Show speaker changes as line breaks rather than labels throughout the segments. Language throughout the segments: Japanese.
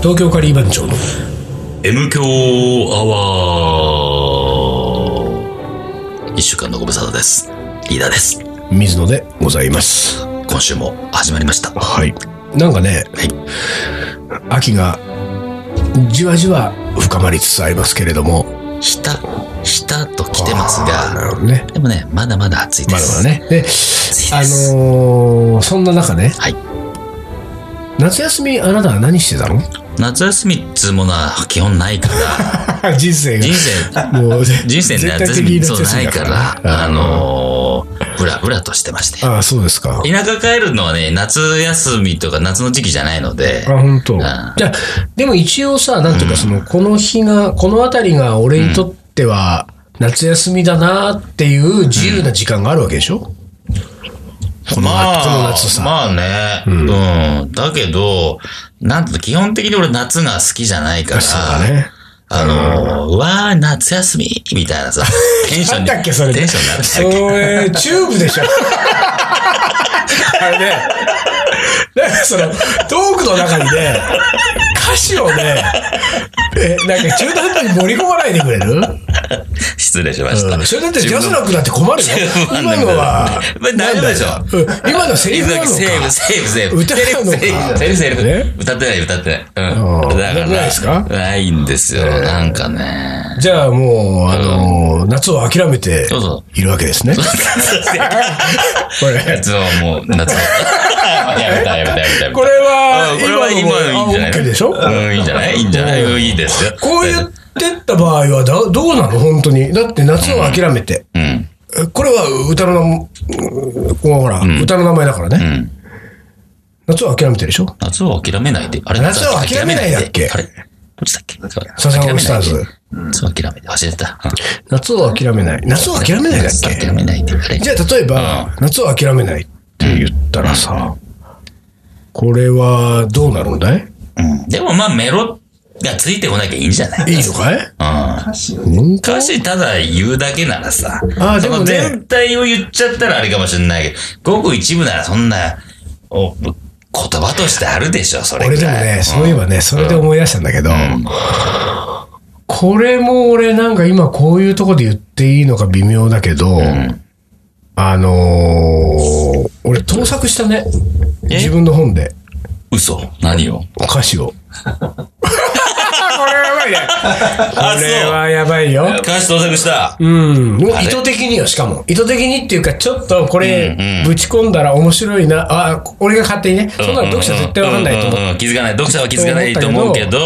東京カリー番長の
M 強アワー一週間のご無沙汰です。リーダーです。
水野でございます。
今週も始まりました。は
はい。なんかね、
い。
秋がじわじわ深まりつつありますけれども。
ひた、ひたと来てます
あーな
が、
るほどね。
でもね、まだまだ暑いで。
まだますだね。で、
暑い
あ
です。
のーそんな中ね、
はい。
夏休みあなたは何してたの
夏休みっつうものは基本な いから、
人生
人生、
もう、
人生ね、
絶対
夏
的
休
に
み
夏
そう
休
な
み
い
だ
か
から
ら、
ね
あのー、ぶらぶらとしてまして。
ああ、そうですか。
田舎帰るのはね、夏休みとか夏の時期じゃないので、
あ、本当。
ん
じゃあ、でも一応さ、なんていうか、その、この日が、この辺りが俺にとっては、夏休みだなっていう自由な時間があるわけでしょ、この
まあ、
この夏さ。
まあね、うん。だけど、なんと基本的に俺夏が好きじゃないから、
そうだね。
あの、うわー、夏休みみた いなさ、テンションに。
あったっけそれ
テンションになるん
そ
だっけ
れ、チューブでしょあれね、なんかその、トークの中にね、歌詞をね、え、なんか中途半端に盛り込まないでくれる
失礼しました。
それだってジャスラックだって困るよ。
自分の
今のは。
まあ大丈夫でしょ
なんだようん今のセリフなのか。
セーブ、セーブ、セーブ。
歌なのか
セーブ、セーブ、セーブ
ね
歌ってない、歌ってない。
う
うんん。だか
なない
ら、
ですか
ないんですよ。なんかね。
じゃあもう、あのー、夏を諦めて
そうそ
いるわけですね。 これ、
夏はもう、 夏は。やめた、やめた、やめた。
これは
うんこれは今
今の
いいんじゃない
あ OK でしょ
うん、いいんじゃないいいんじゃないうんいいですよ。
こう言ってった場合はだ、どうなの本当に。だって夏を諦めて。
うん。
えこれは歌の名も、うんこうほら、歌の名前だから
う
ね。
ん。
夏を諦めてるでしょ
夏は諦めないで。あれ
夏は諦めないだっけ
あれどっちだっけ
サザンオールスターズ
諦めないで夏は諦めて。忘れてた。
夏を諦めない。夏を諦めないだっ
夏は
け
諦めないで。あれ
じゃあ例えば、夏を諦めないって言ったらさ、これはどうなるんだい
うんでもまあメロがついてこなきゃいいんじゃない
いいのかい
うん。
本当
歌詞ただ言うだけならさ。
あー
そ
でも
の
ね
全体を言っちゃったらあれかもしれないけど、ごく一部ならそんな、お言葉としてあるでしょ、それ
俺
ぐ
でも
らい。
ね、そういえばね、それで思い出したんだけど、
ん
これも俺なんか今こういうとこで言っていいのか微妙だけど、
ん
あのー俺盗作したね。
え
自分の本で
嘘何を
歌詞 を。これはやばいね。
あ
これはやばいよ。
歌詞盗作した。
うん。もう
あ
意
れ
図的によ、しかも。意図的にっていうか、ちょっとこ
うん
れ
う、ん
ぶち込んだら面白いな。あ、俺が勝手にね。そんなの読者絶対わかんないと思う。
うんうんうん気づかない。読者は気づかないと思うけど、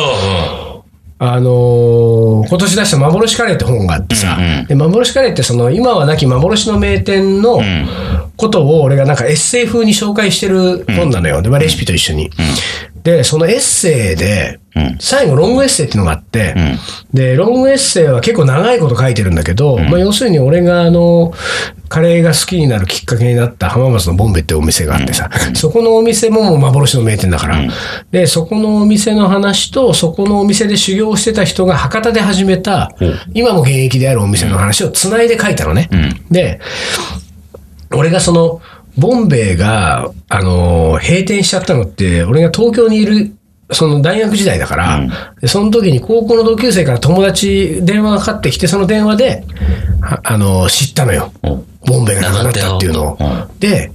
あのー今年出した幻カレーって本があってさ、
うんうん
で幻カレーってその今はなき幻の名店の
ん
ことを俺がなんかエッセイ風に紹介してる本なのよ。で、まあ、レシピと一緒に。で、そのエッセイで、
うん
最後ロングエッセイっていうのがあって、で、ロングエッセイは結構長いこと書いてるんだけど、まあ、要するに俺があの、カレーが好きになるきっかけになった浜松のボンベってお店があってさ、そこのお店ももう幻の名店だから、で、そこのお店の話と、そこのお店で修行してた人が博多で始めた、今も現役であるお店の話をつないで書いたのね。で、俺がその、ボンベイが、あのー閉店しちゃったのって、俺が東京にいる、その大学時代だから、でその時に高校の同級生から友達、電話がかかってきて、その電話で、ああのー知ったのよ。
うん
ボンベイがなくなったっていうのを
なくなったよ。
で、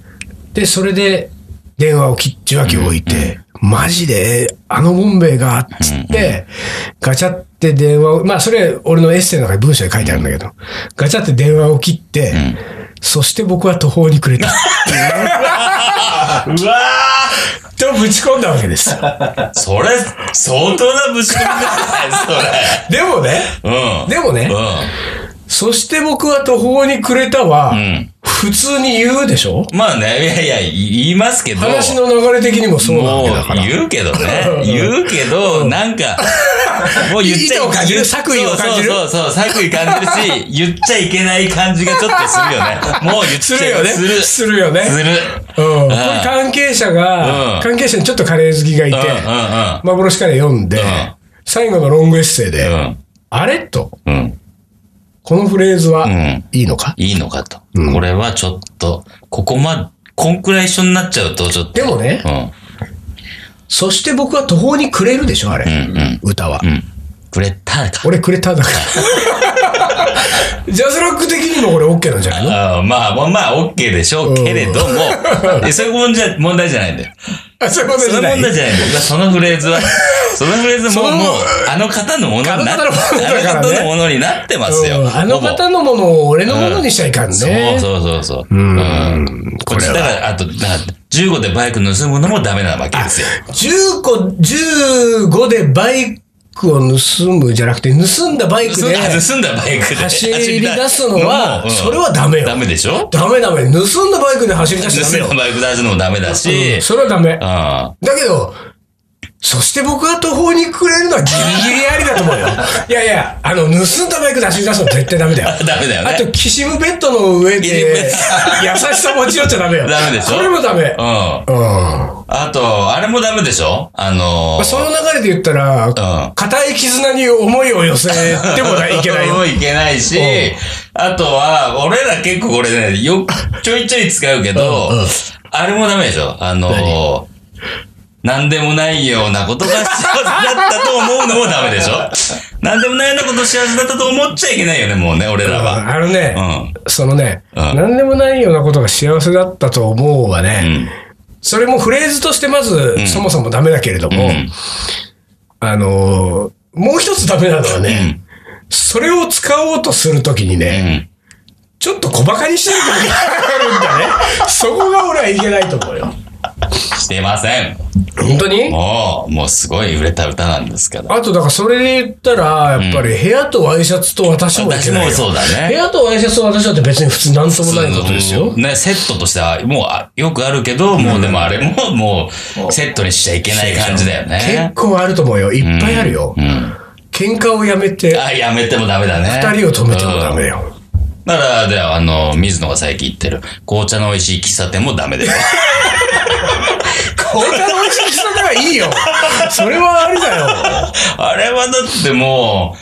で、それで、電話を切っ受話器を置いて、マジで、あのボンベイが、っつって、ガチャって電話を、まあそれ俺のエッセイの中に文章で書いてあるんだけど、ガチャって電話を切って、そして僕は途方に暮れた。
うわ
とぶち込んだわけです。
ーそれ、相当なぶち込みだ
でもね、
ね、
でも
それ。
ね、そして僕は途方に暮れたは、
うん。うん。
普通に言うでしょ
まあね、いやいや、言いますけど、
話の流れ的にもそうなわ
も
けだか
う
ら。
言うけどね。言うけど、なんか、もう言っちゃ
意図を感じる作為を感じる
そうそうそう、作為感じるし、言っちゃいけない感じがちょっとするよね。もう言っち
す
ゃ
るよね。
する。す
するよね。
る。
うん。これ
ああ
関係者が、
うん
関係者にちょっとカレー好きがいて、
うんうんうん。
幻から読んで、
ん
最後のロングエッセイで、
うん
あれと、
うん。
このフレーズは
ん
いいのか、
いいのかと。これはちょっと、ここま、こんくらい一緒になっちゃうと、ちょっと。
でもね
うん。
そして僕は途方に暮れるでしょ、あれ。歌は。
うん。くれたか。
俺くれただから。ジャズラック的にもこれ OK なんじゃないの
あーまあまあまあ、オッケーでしょうけれども、 えそういう問題問題じゃないんだよ。
あ、そういうこと
そ
じゃ
の
な
問題
い。
じゃないんだよ。そのフレ ーズは、そのフレーズも
その
もう、あの方のものにな
あ
って、あ
の方のものだから
の
ね
方のものになってますよ。
うんあの
ほぼ
方のものを俺のものにしちゃいかんね。
そうそうそうそう。
ん
こっちだから、あと、なんか15でバイク盗むのもダメなわけですよ。
15個、15でバイクを盗むじゃなくて、盗んだバイク
盗ん
で
だ盗んだバイクで
走り出すの
も
は
う、ん
それはダメよ
ダ。メでしょ
ダメダメ。盗んだバイクで走り出しちゃダメ
盗
よ
んだ。 バイク出すのもダメだし
うん、それはダメ。
あ
だけど、そして僕は途方に暮れるのはギリギリありだと思 うよ。いやいや、あの、盗んだバイク出し出すの絶対ダメだよ。
ダメだよね
あと、キシムベッドの上
キシムベッ
で、優しさ持ち寄っちゃダメよ。
ダメでしょ
これもダメ。
あ、うん。
うん。ま
あと、あれもダメでしょあのー、
あその流れで言ったら、
ん
固い絆に思いを寄せてもいけ ないよ。
もいけないし、あとは、俺ら結構これね、よ、ちょいちょい使うけど、
うんうん
あれもダメでしょあの、なんでもないようなことが幸せだったと思うのもダメ でしょなんでもないようなこと幸せだったと思っちゃいけないよね、もうね、俺らは。
あのね、
うん
そのね、
うん
何でもないようなことが幸せだったと思うはね、
うん。
それもフレーズとしてまず、そもそもダメだけれども、
うん
あのーもう一つダメなのは
う
ね、
ん。
それを使おうとするときに
う
ね、
ん。
ちょっと小馬鹿にしてる時があるんだね。 そこが俺はいけないと思うよ。
してません。
本当に
もう、もうすごい売れた歌なんですから。
あと、だからそれで言ったら、やっぱり部屋とワイシャツと私もいけ
私
ないよ。
もそうだ
部
ね。
屋とワイシャツと私だって別に普通なんともないことですよ。
ね、セットとしては、もうあ、よくあるけど、もうでもあれも、もう、セットにしちゃいけない感じだよ
結
ね。
構あると思うよ。いっぱいあるよ。
うん。
喧嘩をやめて、
あ、やめてもダメだね。
二人を止めてもダメ
うん。
よ。
だから、では、あの、水野が最近言ってる、紅茶の美味しい喫茶店もダ メだよ。
これのちさならいいよ。それはありだよ。
あれはだっても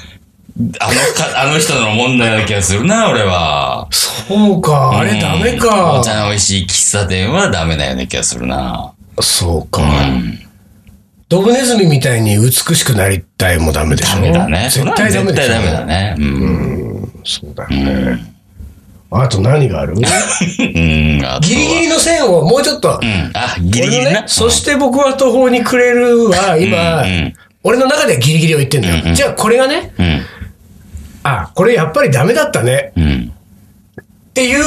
う、あの か、あの人の問題な気がするな、俺は。
そうか、あれダメ
うん
か
紅。茶の美味しい喫茶店はダメだよね、気がするな。
そう
う
か。
ん。
ドブネズミみたいに美しくなりたいもダメでしょ。
ダメだね。
絶対ダメ
絶
でし
対
ょ。
ダメだね。うん。
そうだよね。あと何があるギ
うん、あとは
リギリの線をもうちょっと
う。ん。あ、ギリギリ
俺のね
な。
そして僕は途方に暮れるは、今
うんうん、
俺の中ではギリギリを言ってんだよ。じゃあこれがね、
うん。
あ、これやっぱりダメだったね。
うん。
っていう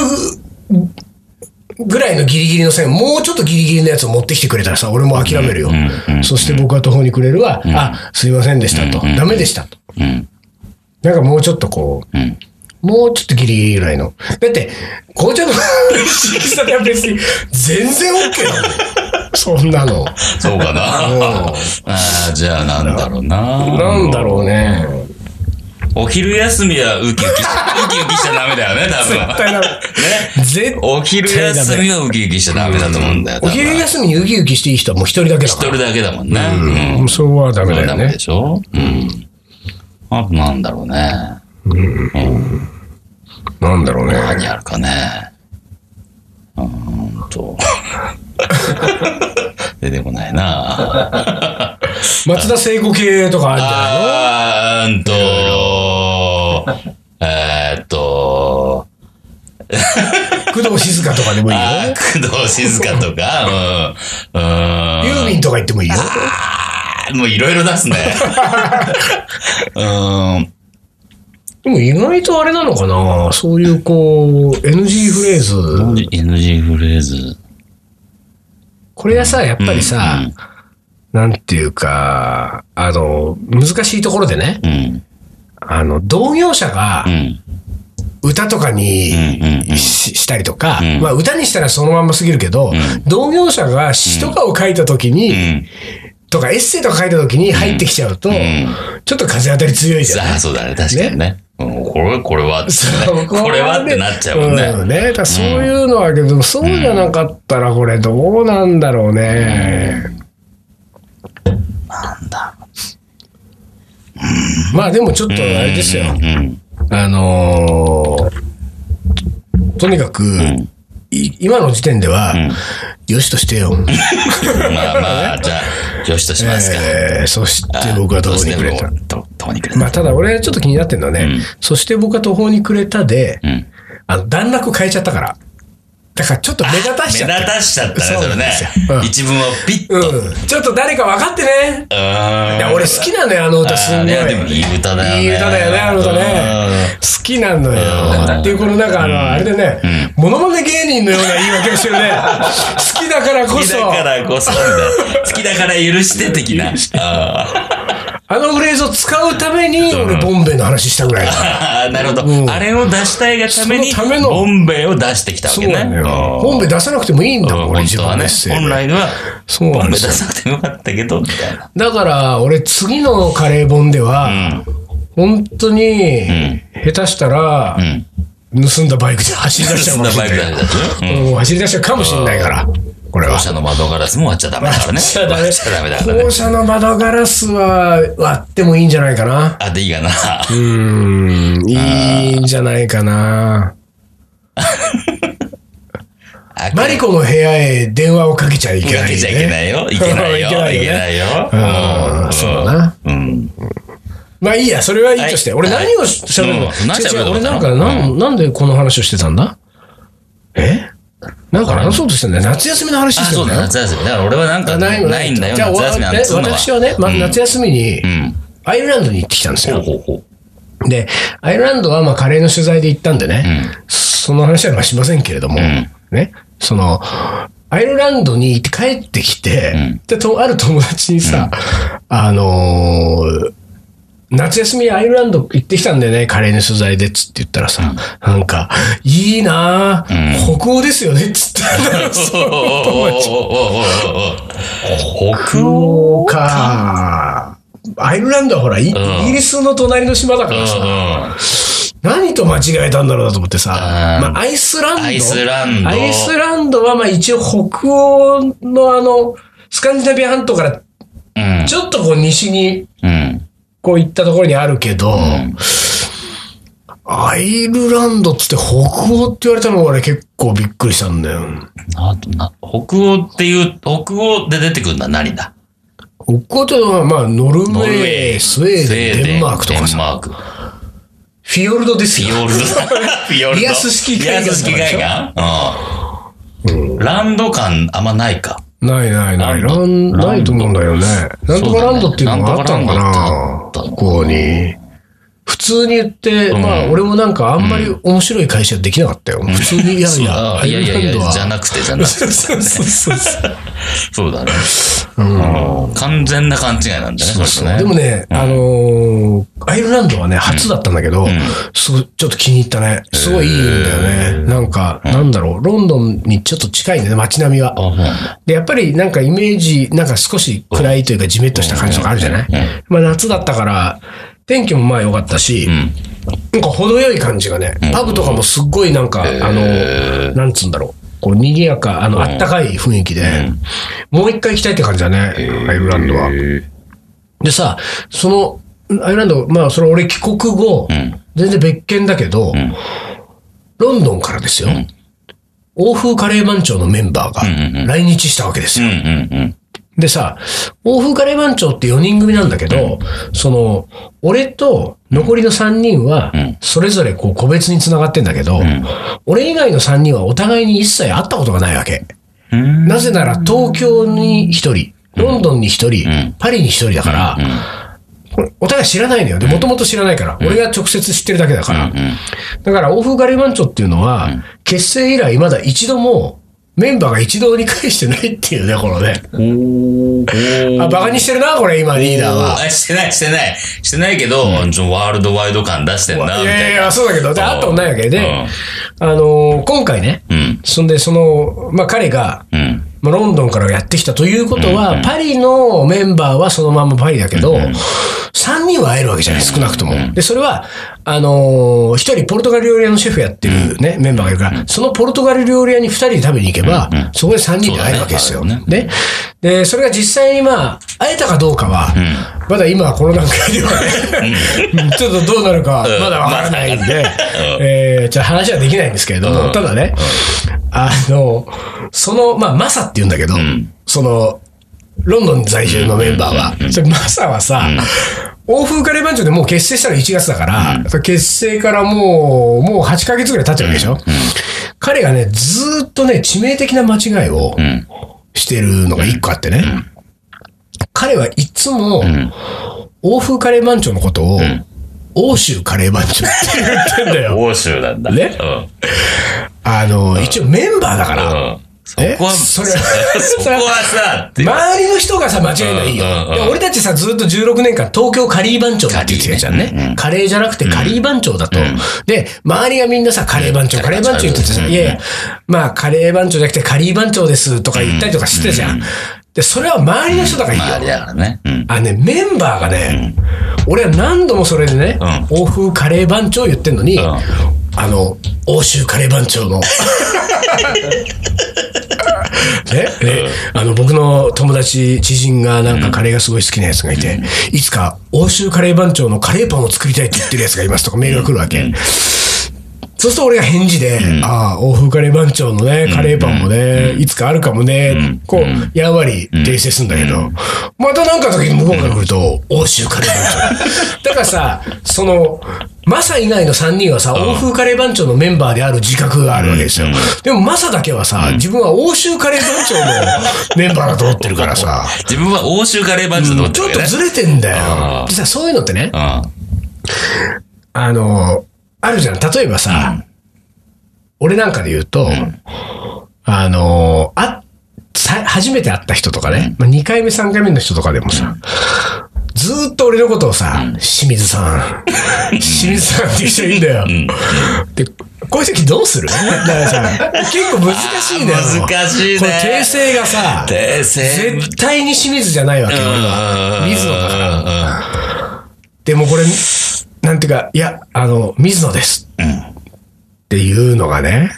ぐらいのギリギリの線、もうちょっとギリギリのやつを持ってきてくれたらさ、俺も諦めるよ。
うんうん
そして僕は途方に暮れるは、あ、すいませんでしたと、
うんうん
ダメでしたと。
うん。
なんかもうちょっとこう、
うん。
もうちょっとギリギリぐらいの。だって、紅茶の 喫茶店は別に全然 OK なのよ。そんなの。
そうかな。
うん
あーじゃあ、なんだろうな。
なんだろうね。
お昼休みはウキウキし、ウキウキしちゃダメだよね、多
絶
分。
対な
ね。
絶
お昼休みはウキウキしちゃダメだと思うんだよ。
お昼
一
休みにウキウキしていい人はもう一人だけだから。
人だけだもんね。うん。
うんそうはダメだ
ダ
よ
メ
ね
で。しょうん。あとなんだろうね。
なんだろうね。
何あるかね。うーんと。出てこないな。
松田聖子系とかあるんじゃない
あーんと、えーっと、
工藤静香とかでもいいよ。
あー工藤静香とか、うん。うん。
ユーミンとか言ってもいいよ。
あーもういろいろ出すね。うーん。
でも意外とあれなのかなそういうこう、NG フレーズ。
NG フレーズ。
これがさ、やっぱりさ、
うん
なんていうか、あの、難しいところでね、
うん。
あの、同業者が
うん。
歌とかに
うんうんうん
ししたりとか、
うん
まあ歌にしたらそのまんますぎるけど、
ん
同業者が詩とかを書いた時
う
に、
ん。
とかエッセイとか書いた時に入ってきちゃうと、
ん
ちょっと風当たり強いじゃん。
ああ、そうだね。確かにね。うん、これ、これはってね、これはってなっちゃうもんね。
んねだからそういうのはけど、そうじゃなかったらこれどうなんだろうね。
なんだ。
まあでもちょっとあれですよ。
うん。
あのーとにかく、い今の時点では、よしとしてよ。
まあまあ、じゃあ、よしとしますか。
えーそして僕は
ど
ど
う
こ
し
に
て
くれ
も
た。
どどこにくれた。
まあ、ただ俺ちょっと気になってるのはね、
うん
そして僕は途方に暮れたで、
うん。
あの、段落変えちゃったから。だからちょっと目立たし
目
ちゃ
立
った。
たしちゃったね、
そ
そう
な
れ
んで
ね
すよう。ん
一文をピッと。う
うん。ちょっと誰か分かってね。
ーん
いや、俺好きなのよ、あの歌、すんごい。
あーねでもいい歌だよね
いい歌だよね、あの歌ね
う。
好きなのよ。っていう、このなんか、あの、あれでね、モノマネ芸人のような言い訳をしてる ね。好きだからこ
好き
そ
だ、からこそみたいな、好きだから許して的 な。あ
あのフレーズを使うために、俺、ボンベイの話したぐらいだから。
ー なるほ
うん
ど。あれを出したいがために、
そのための
ボンベを出してきたわ
そ
け
う
ね。
なのよ。
うん
ボンベイ出さなくてもいいんだもん、俺、
本
自
当
分
は
の
ね
エッセイで
本来は
そう
ボ
な
ン
ん
ベ
で
出
すよ。
さなくてもよかったけどみたいな
だから、俺、次のカレー本では、本当に、下手したら、
ん
盗んだバイクで走り出しちゃう
盗
かも
んだ
し
バイ
れ
ク
ない
だ。ったでしょ
もう走り出しちゃうかもしれないから、これは
校。舎の窓ガラスも割っちゃダメだからね
ちゃダメ
割っちゃダメだからね
校舎の窓ガラスは割ってもいいんじゃないかな。
あでいいかな
うーん、いいんじゃないかな。
あ
マリコの部屋へ電話をかけちゃいけない、
か
ね。
けちゃいけないよいけない
いけ
よ
ないよね
いけないよ
うん
ん
そうだな
うん
まあいいや、それはいいとして。
はい
俺何をしゃべるの、
はいうん何
違う違
喋ろう
う
と
俺
思っ
な
た
ん
の
かなん、なんでこの話をしてたんだえなんか話そうとしてんだよ。夏休みの話
あ
して
そ
ん
う
だ
だ
よ。
夏休みだから俺はなんか
ないの
ないんだよ
じゃあ、
夏休みなん
え
てそういうのは
私はね、まあ、夏休みに
ん、
アイルランドに行ってきたんですよ。
ほうほうほう
で、アイルランドはまあカレーの取材で行ったんでね、その話はまあしませんけれども、ね、その、アイルランドに行って帰ってきて、でと、ある友達にさ、あのー夏休みアイルランド行ってきたんだよね、カレーの取材でっつって言ったらさ、なんか、いいなぁ、北欧ですよねっつ って。
北欧
そうかアイルランドはほら、イイギリスの隣の島だからさ、何と間違えたんだろうなと思ってさ、
うん
まあ、アイスランド。
アイスランド
アイスランドは、まあ一応北欧のあの、スカンジナビア半島から
うん
ちょっとこう西に
うん
こう行ったところにあるけど、アイルランドっつって北欧って言われたのが俺結構びっくりしたんだよ。
あとな北欧っていう北欧で出てくるのは何だ
北欧ってのはまあノルウ
ノルウ
ェ
ェ
ー、
ー、
スウェーデン、デンマークとか
デン
さ、
マーク。
フィヨルドです
フィ
よ。
ヨルド。フィヨルド。
リアス式海岸
リアス式海
と
岸うん。ランド感あんまないか。
ないないない。
ラ
ラン
ンド
ないと思うんだよね。なんとかランドっていうのがあったのかな
そうだねなんとかランドってあった
こ
のかな
こに。普通に言って、
ん
まあ俺もなんかあんまり面白い会社できなかったよ。普通に、いやいや、
あ
ア
い
イ
や
ル
いやい
ランド
や、じゃ
は。
なくてじゃなくて。
そうそうそうそう
そうだね。うん完全な勘違いなんだね、それとね。
でもね、あのー、アイルランドはね、初だったんだけど、すごいちょっと気に入ったね。すごいいいんだよね。なんか、なんだろう、ロンドンにちょっと近いんだね、街並みは
あ、。そうなんだ
で、やっぱりなんかイメージ、なんか少し暗いというかジメッとした感じとかあるじゃない、まあ夏だったから、天気もまあ良かったし、
ん
なんか程よい感じがね、パブとかもすっごいなんか、あの、なんつうんだろう。こう、賑やか、あの、あったかい雰囲気で、もう一回行きたいって感じだね、アイルランドは。でさ、その、アイルランド、まあ、それ俺帰国後、
ん
全然別件だけど、ロンドンからですよ、欧風カレー番長のメンバーが来日したわけです
う
よ。
んうんうん。
でさ、欧風カレー番長って4人組なんだけど、その、俺と残りの3人は
ん、
それぞれこう個別に繋がってんだけど、俺以外の3人はお互いに一切会ったことがないわけ。
うん
なぜなら東京に1人、ロンドンに1人、
ん
パリに1人だから、これお互い知らないのよ。で、もともと知らないから。俺が直接知ってるだけだから。だから、欧風ガレーマンチョっていうのは、結成以来まだ一度も、メンバーが一堂に会してないっていうね、このね。
おー
あ、バカにしてるな、これ、今、リーダーは。
あしてない、してない。してないけど、ちょワールドワイド感出してんな、み
い
た
やい
いな。
や、そうだけど、で会ったことないわけで、あのー今回ね、
うん。
そんで、その、まあ、彼が、
うん。
まあ、ロンドンからやってきたということは、パリのメンバーはそのままパリだけど、3人は会えるわけじゃない、少なくとも。で、それは、あのー、1人ポルトガル料理屋のシェフやってるね、メンバーがいるから、そのポルトガル料理屋に2人で食べに行けば、そこで3人で会えるわけですよ。
そうだね
ね。で、それが実際にまあ、会えたかどうかは、まだ今はこの段階では ね、ちょっとどうなるか、
うん
まだわからないんで、えー、ちょっと話はできないんですけれども、ただね、あの、その、まあ、マサって言うんだけど、その、ロンドン在住のメンバーは。それ、マサはさ、欧風カレー番長でもう結成したの1月だから、それ結成からもう、もう8ヶ月ぐらい経ってるわけでしょ、彼がね、ずーっとね、致命的な間違いを
ん
してるのが1個あってね。彼はいつも、欧風カレー番長のことを、欧州カレー番長って言ってんだよ。
欧州なんだ。
ね
うん。
あの、一応メンバーだから。
うん。そこは、
そ
そ
れ
こはさ、っていう
周りの人がさ、間違えないいよ
うんうんう。ん
で俺たちさ、ずっと16年間、東京カリー番長って言ってたじゃん
カリーねう
ね
ん。
カレーじゃなくてカリー番長だと。で、周りがみんなさ、カレー番長、
うん
カレー番長言っててさ、
うん
いやいや、まあ、カレー番長じゃなくてカリー番長ですとか言ったりとかしてたじゃん。で、それは周りの人だからいいよ。
周りだからね。うん。
あのね、メンバーがね、俺は何度もそれでね、欧風カレー番長言ってんのに、
ん
あの、欧州カレー番長 の。ね、ねあの、僕の友達、知人がなんかカレーがすごい好きなやつがいて、いつか欧州カレー番長のカレーパンを作りたいって言ってるやつがいますとかメールが来るわけ。そうすると俺が返事で、ああ、欧風カレー番長のね、カレーパンもね、いつかあるかもね、こう、やんわり訂正するんだけど、またなんかの時に向こうから来ると、欧州カレー番長。 だからさ、その、マサ以外の3人はさ、欧風カレー番長のメンバーである自覚があるわけですよ。でもマサだけはさ、自分は欧州カレー番長のメンバーだと思ってるからさ、
自分は欧州カレー番長だ
ち
と
ょっ
思ってる
と
わけ
ず
ね。
れてんだ
あ
よ。
あ
でさ、そういうのってね、
うん。
あの、あるじゃん。例えばさ、俺なんかで言うと、あの、あ、さ、初めて会った人とかね、まあ、2回目、3回目の人とかでもさ、ずーっと俺のことをさ、清水さん、清水さんっていう人いるんだよ。で、こういう時どうするだからさ、結構難しいんだ よ。
難しい
これ訂
ね。
正がさ、
訂正。
絶対に清水じゃないわけよ。俺は水野だか
だ
でもこれ、なんていうか、いや、あの、水野です。っていうのがね、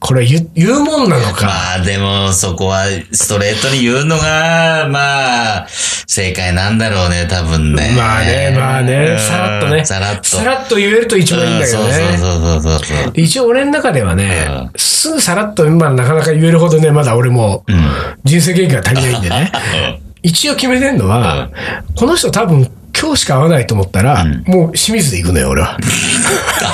これ言う言うもんなのか。
まあでもそこはストレートに言うのが、まあ、正解なんだろうね、多分ね。
まあね、まあ
う
ね、
ん
さらっとね。
さらっと。
さらっと言えると一番いいんだけど
うん
ね。
そうそうそうそうそう。
一応俺の中ではね、すぐさらっと、まあなかなか言えるほどね、まだ俺も人生経験が足りないんでね。一応決めてんのは、この人多分今日しか会わないと思ったら、もう清水で行くのよ、俺は。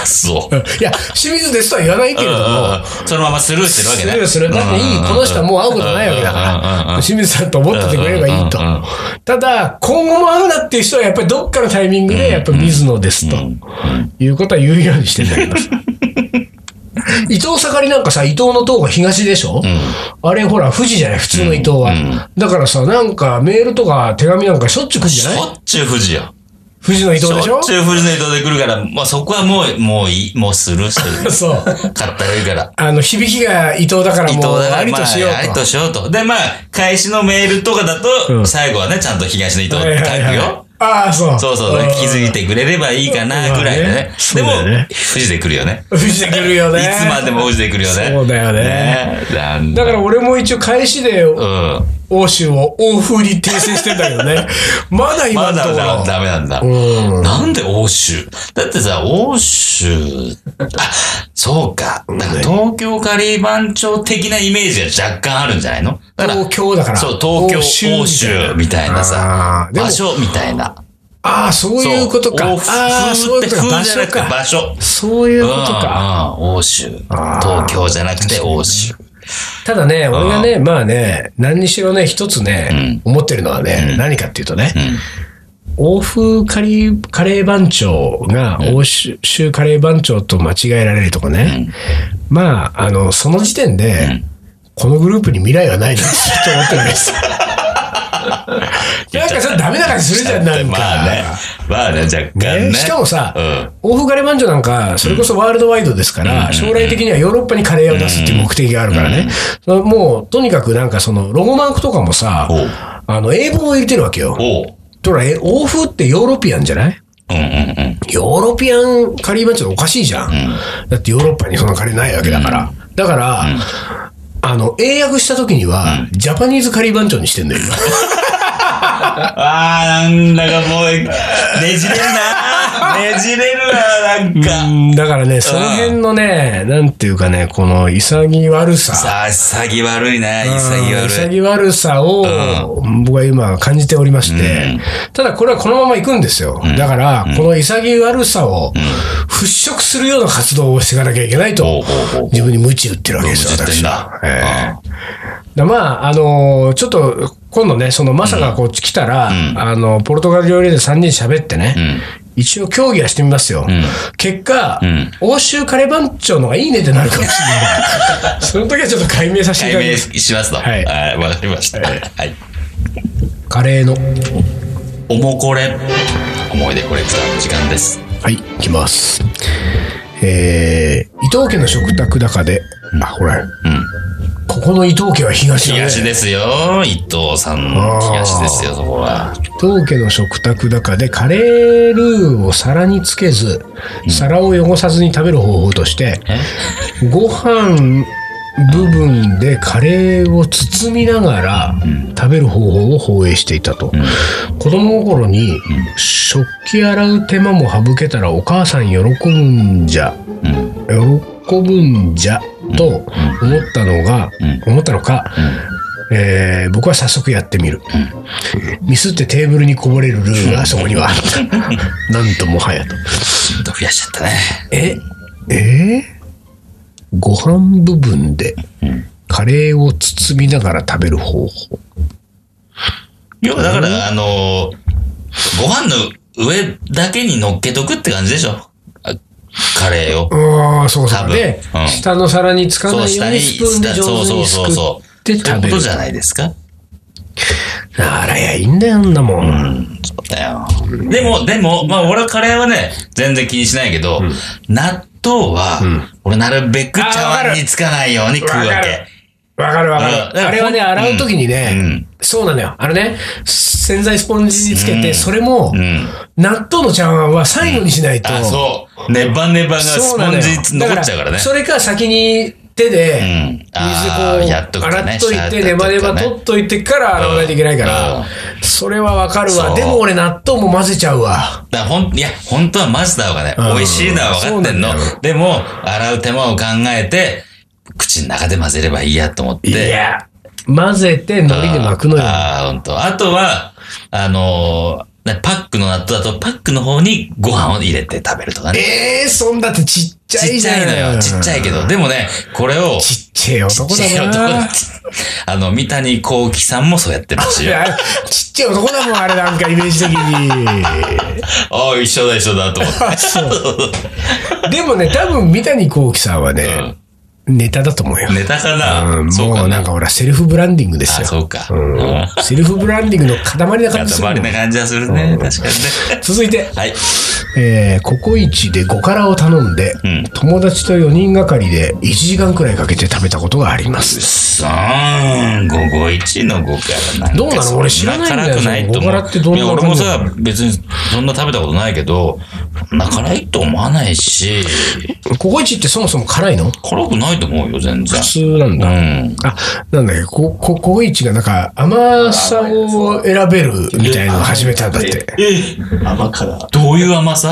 あ、そう。
いや、清水ですとは言わないけれども、
うんそのままスルーしてるわけね。
するする。だっていい、この人はもう会うことないわけだ
うんうんうん
か
う
ら、
ん
清水さんと思っててくれればいいと
うんうんうん。
ただ、今後も会うなっていう人は、やっぱりどっかのタイミングで、やっぱり水野ですと、いうことは言うようにしてんだけど さ。伊藤盛りなんかさ、伊藤の塔が東でしょ、あれほら、富士じゃない普通の伊藤は、だからさ、なんかメールとか手紙なんかしょっちゅう来るんじゃ
し
な
ょ
い
っちゅう富士よ。
富士の伊
し
藤でし
ょ
ょ
っちゅう富士の移動で来るから、まあそこはもう、もういい、もうスルーして る。
そう。
買ったらいいから。
あの、響きが伊藤だから
伊
も
藤
う、
だから、
ありとしよう
まああり
と
と。しようと。で、まあ、返しのメールとかだ
う
と、
ん
最後はね、ちゃんと東の伊藤っ
はい
て
はい
書
は
く
い
よ。
ああ、そう。
そうそう、
ん
気づいてくれればいいかな、ぐらいで
まあ
ね
ね。そ
で
う
も
だよね、
富士で来るよね。
富士来るよ
い
ね。
つまでも富士で来るよね。
そうだよね
ね
だから、俺も一応返しで
うん。
欧州を欧風に訂正してんだけど ね。まだ今
ま
のとこ
だ
ろ。
だダメなんだ。
う
なんで欧州だってさ、欧州、あ、そうか。だから東京カリー番長的なイメージが若干あるんじゃないのだから
東京だから。
そう、東京、欧州みたいなさ
あ、ーでも
場所みたいな。
ああ、そう
そ
いうことか。
欧風
ああ、そう
っ
いう
て
ことか。
風
場
じゃな
所
くて
か。
場所。
そういうことか。
うんうん、欧州。
あー
東京じゃなくて欧州。
ただね、俺がね、まあね、何にしろね、一つね、思ってるのはね、何かっていうとね、欧風カリーカレー番長が欧州カレー番長と間違えられるとかね、まあ、あの、その時点で、このグループに未来はないなって思ってるんです。なんかそれダメな感じするじゃん、なんか。
まあね。まあね、若干ね。
しかもさ、
うん
オフガレバンジョなんか、それこそワールドワイドですから、将来的にはヨーロッパにカレーを出すっていう目的があるからね。そのもう、とにかくなんかその、ロゴマークとかもさ
おう、
あの、英文を入れてるわけよ。
おう。
とら、え欧風ってヨーロピアンじゃない
うんうんうん。
ヨーロピアンカレーバンジョおかしいじゃん。だってヨーロッパにそんなカレーないわけだから。だから、あの、英訳した時には、ジャパニーズカリー番長にしてんだよ、今
あー、なんだかもう、ねじれるなねじれるななんか。
うんだからね、その辺のね、なんていうかね、この潔悪さ。
さあ、潔悪いな、
う
潔
ん
悪い。
潔悪さを僕は今感じておりまして、ただこれはこのまま行くんですよ。だから、この潔悪さを払拭するような活動をしていかなきゃいけない
ほう
と
ほうほう。
自分に鞭打ってるわけですよ、
鞭打ってん
私
だ
は。ええだまあ、あのーちょっと、今度ね、その、まさかこっち来たら、
ん
あの、ポルトガル料理で3人喋ってね、
ん
一応協議はしてみますよ。
ん
結果、
ん
欧州カレー番長の方がいいねってなるかもしれ ない。その時はちょっと解明させてい
解
ただき
明
ます。
しますと。
はい
はい。わかりました。はい。
カレーの。
おもこれ。思い出コレクターの時間です。
はい、いきます。えー、伊藤家の食卓高で、あ、ほら、ここの伊藤家は東だね。
東ですよ。伊藤さんの東ですよ、そこは。
当家の食卓中でカレールーを皿につけず、皿を汚さずに食べる方法として、ご飯部分でカレーを包みながら食べる方法を放映していたと。子供心に、食器洗う手間も省けたらお母さん喜ぶんじゃ、喜ぶんじゃ、と思ったのが、思ったのか、えー僕は早速やってみる。ミスってテーブルにこぼれるルールがそこにはあった。なんともはやと。
ちょっと増やしちゃったね。
ええーご飯部分でカレーを包みながら食べる方法。
要はだから、あのー、ご飯の上だけに乗っけとくって感じでしょ。あカレーを。
ああ、そう
そう多分
で、
うん
下の皿につか
そ
な
う、
いよ
下
う
に、
にスプーンで
下そう
上手
そう
にす
そう
く
そ
っ
う。
て
って
食
こ
べ
と
る。
じゃないですか。
あら、いや、いいんだよ、あんなもん。
そうだよ。でも、でも、まあ俺はカレーはね、全然気にしないけど、納豆は、俺なるべく茶
あわか
碗
る
につかないように食うわ
わか
け
る。わかるわか
うんだか
る。
ら
あれはね、
ほん
洗うときにね、
うんうん
そうなのよ。あのね、洗剤スポンジにつけて、
うん
それも、
うん。
納豆の茶碗は最後にしないと。
あ、そう。ネバネバがス
そう
ポ
な
ン
のよ
ジ残っちゃうからね。
それか先に手で、
うんあー
水
やっ
で
と
こう、
くとね
洗っとい、
下やってとく
ネ
と
バ
ね
ネバ取っといてから洗わないといけないから、
うん
それはわかる
そう
わ。でも俺納豆も混ぜちゃうわ。
だからほん、いや、本当はマスターがね、
うん
美味しいのは分かってんの
そうなんだ。
でも、洗う手間を考えて、口の中で混ぜればいいやと思って。
いや、混ぜて海苔で巻くのよ。
ああ、ほんと。あとは、あのーねパックの納豆だと、パックの方にご飯を入れて食べるとかね。
ええー、そんだってちっちゃ
ち
い
っち
じゃん
ゃいのよ。ちっちゃいけど。でもね、これを、
ちっちゃい男
ちっちゃ
だ
い男
な
だ。 あの、三谷幸喜さんもそうやってるらしい
い
よ。
やちっちゃい男だもん、あれなんかイメージ的に。
ああ、一緒だ一緒だと 思って。
でもね、多分三谷幸喜さんはね、ネタだと思うよ。
ネタかな、
うん、
そう
も
か
う
な。
なんかほら、セルフブランディングです
あ、
よ。
そうか。
うん
うん
セルフブランディングの塊な感じするも。
塊なん感じはするね。確か にね。
続いて、
はい。
えーココイチで5辛を頼んで、
ん
友達と4人がかりで1時間くらいかけて食べたことがあります。
さーん、551の5からなんか
どうなの
そ
俺知らないんだよ
辛くないと
その
思
5辛
う。
ってどんない
や、俺も
感
さ、別にそんな食べたことないけど、そんな辛いと思わないし、
ココイチってそもそも辛いの
辛くないと思うよ、全然
普。通なん
う
だ。
ん。
あ、なんだっけ、こココイチがなんか甘さを選べるみたいなのを始めたんだって。
え
甘辛。
どういう甘さ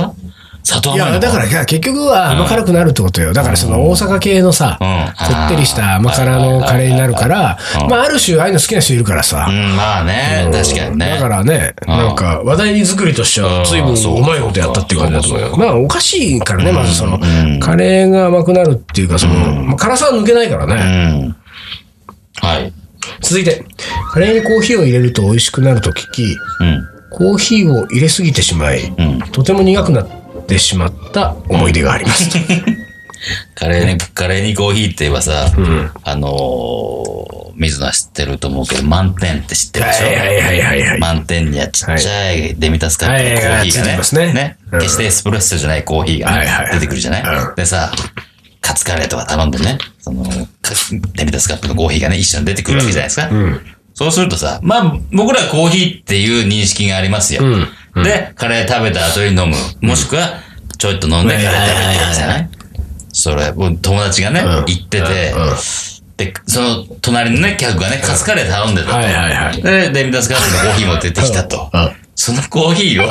砂糖
い
甘いの
や、だから、いや結局は甘辛くなるってことよ。だから、その大阪系のさ、
うん
こってりした甘辛のカレーになるから、まあ、ある種、ああいうの好きな人いるからさ
う。ん、まあね、確かにね。
だからね、なんか、話題作りとしては、随分うまいことやったっていう感じだと思うよ。まあ、おかしいからね、まずその、カレーが甘くなるっていうか、その、まあ、辛さは抜けないからね。
うん。はい。
続いて、カレーにコーヒーを入れると美味しくなると聞き、
うん。
コーヒーを入れすぎてしまい、
うん
とても苦くなってしまった思い出があり ます。
カレーに、カレーにコーヒーって言えばさ、あのー、水野は知ってると思うけど、満点って知ってるでしょ
はいはいはいはいはい
満点にはちっちゃいデミタスカップのコーヒー
はいはいはいついてま
が
す
ね、
ね
ね
うん
決してエスプレッソじゃないコーヒーがね
はいはいはい
出てくるじゃな
う
いでさ、カツカレーとか頼んでね、その、かデミタスカップのコーヒーがね、一緒に出てくるわけじゃないですか。そうするとさ、まあ、僕らコーヒーっていう認識がありますよ。
ん
で、カレー食べた後に飲む。もしくは、ちょいっと飲んでカレー食べてるじゃないそれ、僕友達がね、行ってて、で、その隣のね、客がね、カツカレー頼んでたと。
はいはいはい
で、デミタスカツのコーヒーも出てきたと
うんうん。
そのコーヒーを、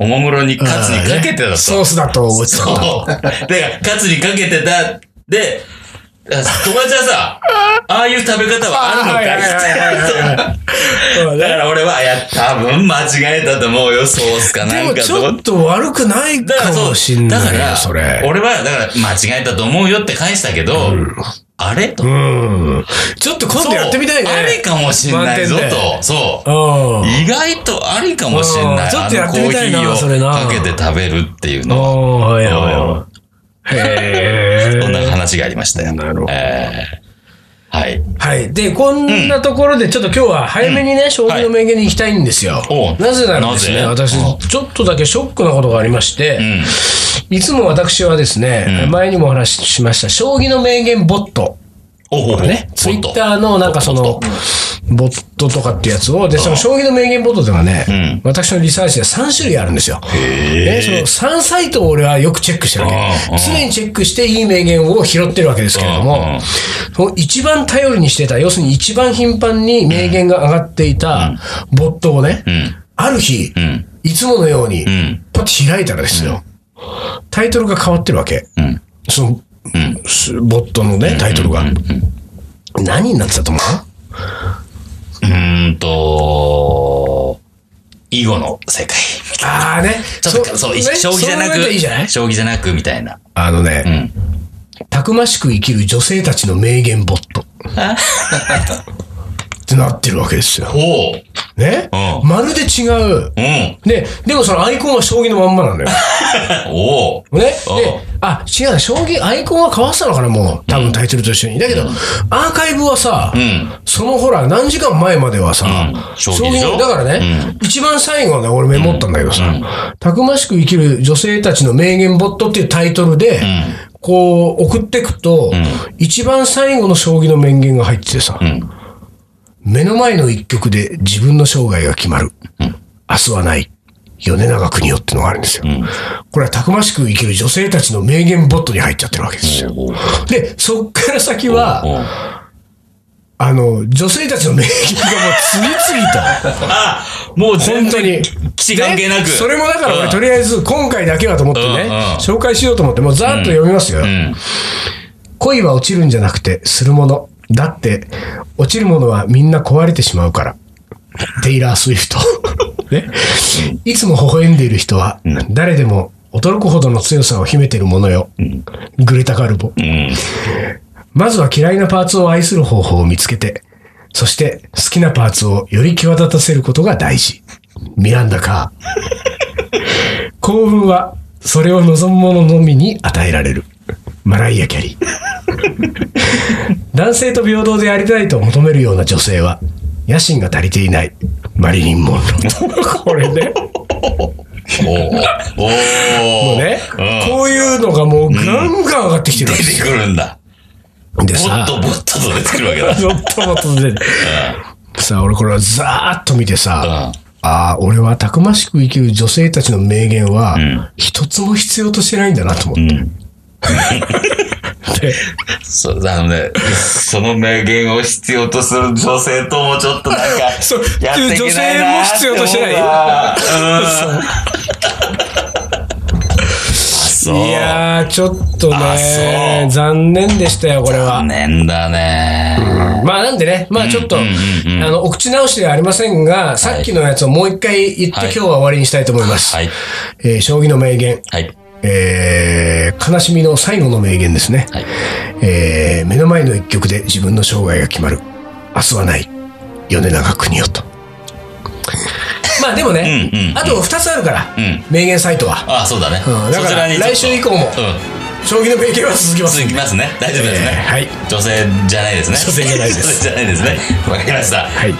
おもむろにカツにかけてたと。
ソースだと思っちゃった。
そう。で、カツにかけてた。で、あ友達はさ、ああいう食べ方はあるのかい
そう
だ
ね
から俺は、いや、多分間違えたと思うよ、ソースかなん
でも
か
ち
と思
ょ
っ。
ってと悪くない
だから
かもし
そ
ん
う、
な
だ
い
か
よ、
ら、
それ。
俺は、だから、間違えたと思うよって返したけど、あれと。
うん。ちょっと今度やってみたいね。
そうありかもしんないぞ
満点で
と。そ
う
う。
ん。
意外とありかもしん
う
なんい。
ちょっとやってみたいな
あのコ
そ
ー
れ
ヒーを
な
かけて食べるっていうのは。
おー、はいはいはい。へー
そんな話がありましたよ。
なるほど
えーはい。
はい。で、こんなところで、ちょっと今日は早めにね、将棋の名言に行きたいんですよ。
おう
なぜならですね、
なぜ
私
うん、
ちょっとだけショックなことがありまして、
うん。
いつも私はですね、
うん
前にもお話ししました、将棋の名言ボット。
おほほ
ね、ツイッターのなんかそ
ボ
の
ット、
ボットとかってやつを、で、その将棋の名言ボットではね、
うん
私のリサーチで3種類あるんですよ。ね、その3サイトを俺はよくチェックしてるわ
うんうん
け。常にチェックしていい名言を拾ってるわけですけれど
うんう
も
ん、
その一番頼りにしてた、要するに一番頻繁に名言が上がっていたボットをね、
うん。
ある日、
うん。
いつものように
う、ん。
パッと開いたらですよ、タイトルが変わってるわけ。
うん。
その
うん。
すボットのね、タイトルが。何になってたと思
うーんと、囲碁の世界。
うああね。
ちょっと、そう、
ね
将棋じゃな
そういうの
く、
がいいじゃない
将棋じゃなく、みたいな。
あの
う
ね、
ん。
たくましく生きる女性たちの名言ボット。 ってなってるわけですよ。
おう
ね、
うん
まるで違う。
うん。
で、でもそのアイコンは将棋のまんま なんだよ。
おう
ねで
うん、
あ、違うな、将棋アイコンは変わってたのかな、もう。多分タイトルと一緒に。だけど、アーカイブはさ、
うん。
そのほら、何時間前まではさ、
うん将棋でしょ
のだからね、一番最後ね、俺メモったんだけどさ、たくましく生きる女性たちの名言ボットっていうタイトルで、こう送ってくと、一番最後の将棋の名言が入っててさ、
ん
目の前の一曲で自分の生涯が決まる。明日はない。米長邦夫ってのがあるんですよ。これはたくましく生きる女性たちの名言ボットに入っちゃってるわけですよ。
おう
で、そっから先は、
おう
あの、女性たちの名言がもう次々と。
あもう
本
全
当
然
に。
基地関係な
ね
く。
それもだから
う
俺
ん
とりあえず今回だけはと思ってね
うんうん、
紹介しようと思って、もうざーっと読みますよ。
うん。
恋は落ちるんじゃなくて、するもの。だって、落ちるものはみんな壊れてしまうから。テイラー・スウィフ ト。ね。いつも微笑んでいる人は、誰でも驚くほどの強さを秘めているものよ。グレタ・ガルボ。
うん。
まずは嫌いなパーツを愛する方法を見つけて、そして好きなパーツをより際立たせることが大事。ミランダか。幸運は、それを望む者のみに与えられる。マライア・キャリー。男性と平等でありたいと求めるような女性は、野心が足りていない。マリリン・モンロー。これね。
おうお
もう
う
ね、
うん
こういうのがもうガンガン上がってきてるわけで
出て
すよ。
くるんだ。
で
ボット、ボットと出てくるわけだ。
ロットボットで。さあ、俺これはざーっと見てさ、
う
ああ、俺はたくましく生きる女性たちの名言は
ん、
一つも必要としてないんだなと思っ
んうん。
て。
そう、あのね、その名言を必要とする女性ともちょっとなんか、
そう
やっていけないなーって思う
女性も必要としてない
わうん。そう。
いやー、ちょっと
あ
ね
そ、う
残念でしたよ、これは。
念だね。
まあなんでね、まあちょっと、
うんうんうんうん
あの、お口直しではありませんが、さっきのやつをもう一回言って今
はい
日は終わりにしたいと思います。
はい。
えー将棋の名言、
はい。
えー悲しみの最後の名言ですね。
はい。
えー目の前の一曲で自分の生涯が決まる明日はない米長邦夫と まあでもね、
うんうんうん
あと2つあるから、
うん
名言サイトは、
あ、そうだね。
うん、だ
そ
か
ち
ら
らにちょっと
来週以降も
うん。
将棋の名言は続きます
続きますね。大丈夫です
えー
ね。
はい
女性じゃないですね。
女性じゃないです
女性じゃないですね。わかりました。
はい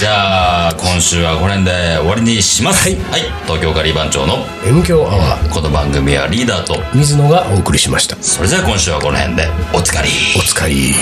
じゃあ、今週はこの辺で終わりにします。はい。東京カリー番長の
M 強アワー
この番組はリーダーと、
水野がお送りしました
それじゃあ今週はこの辺で、おつかり。
おつかり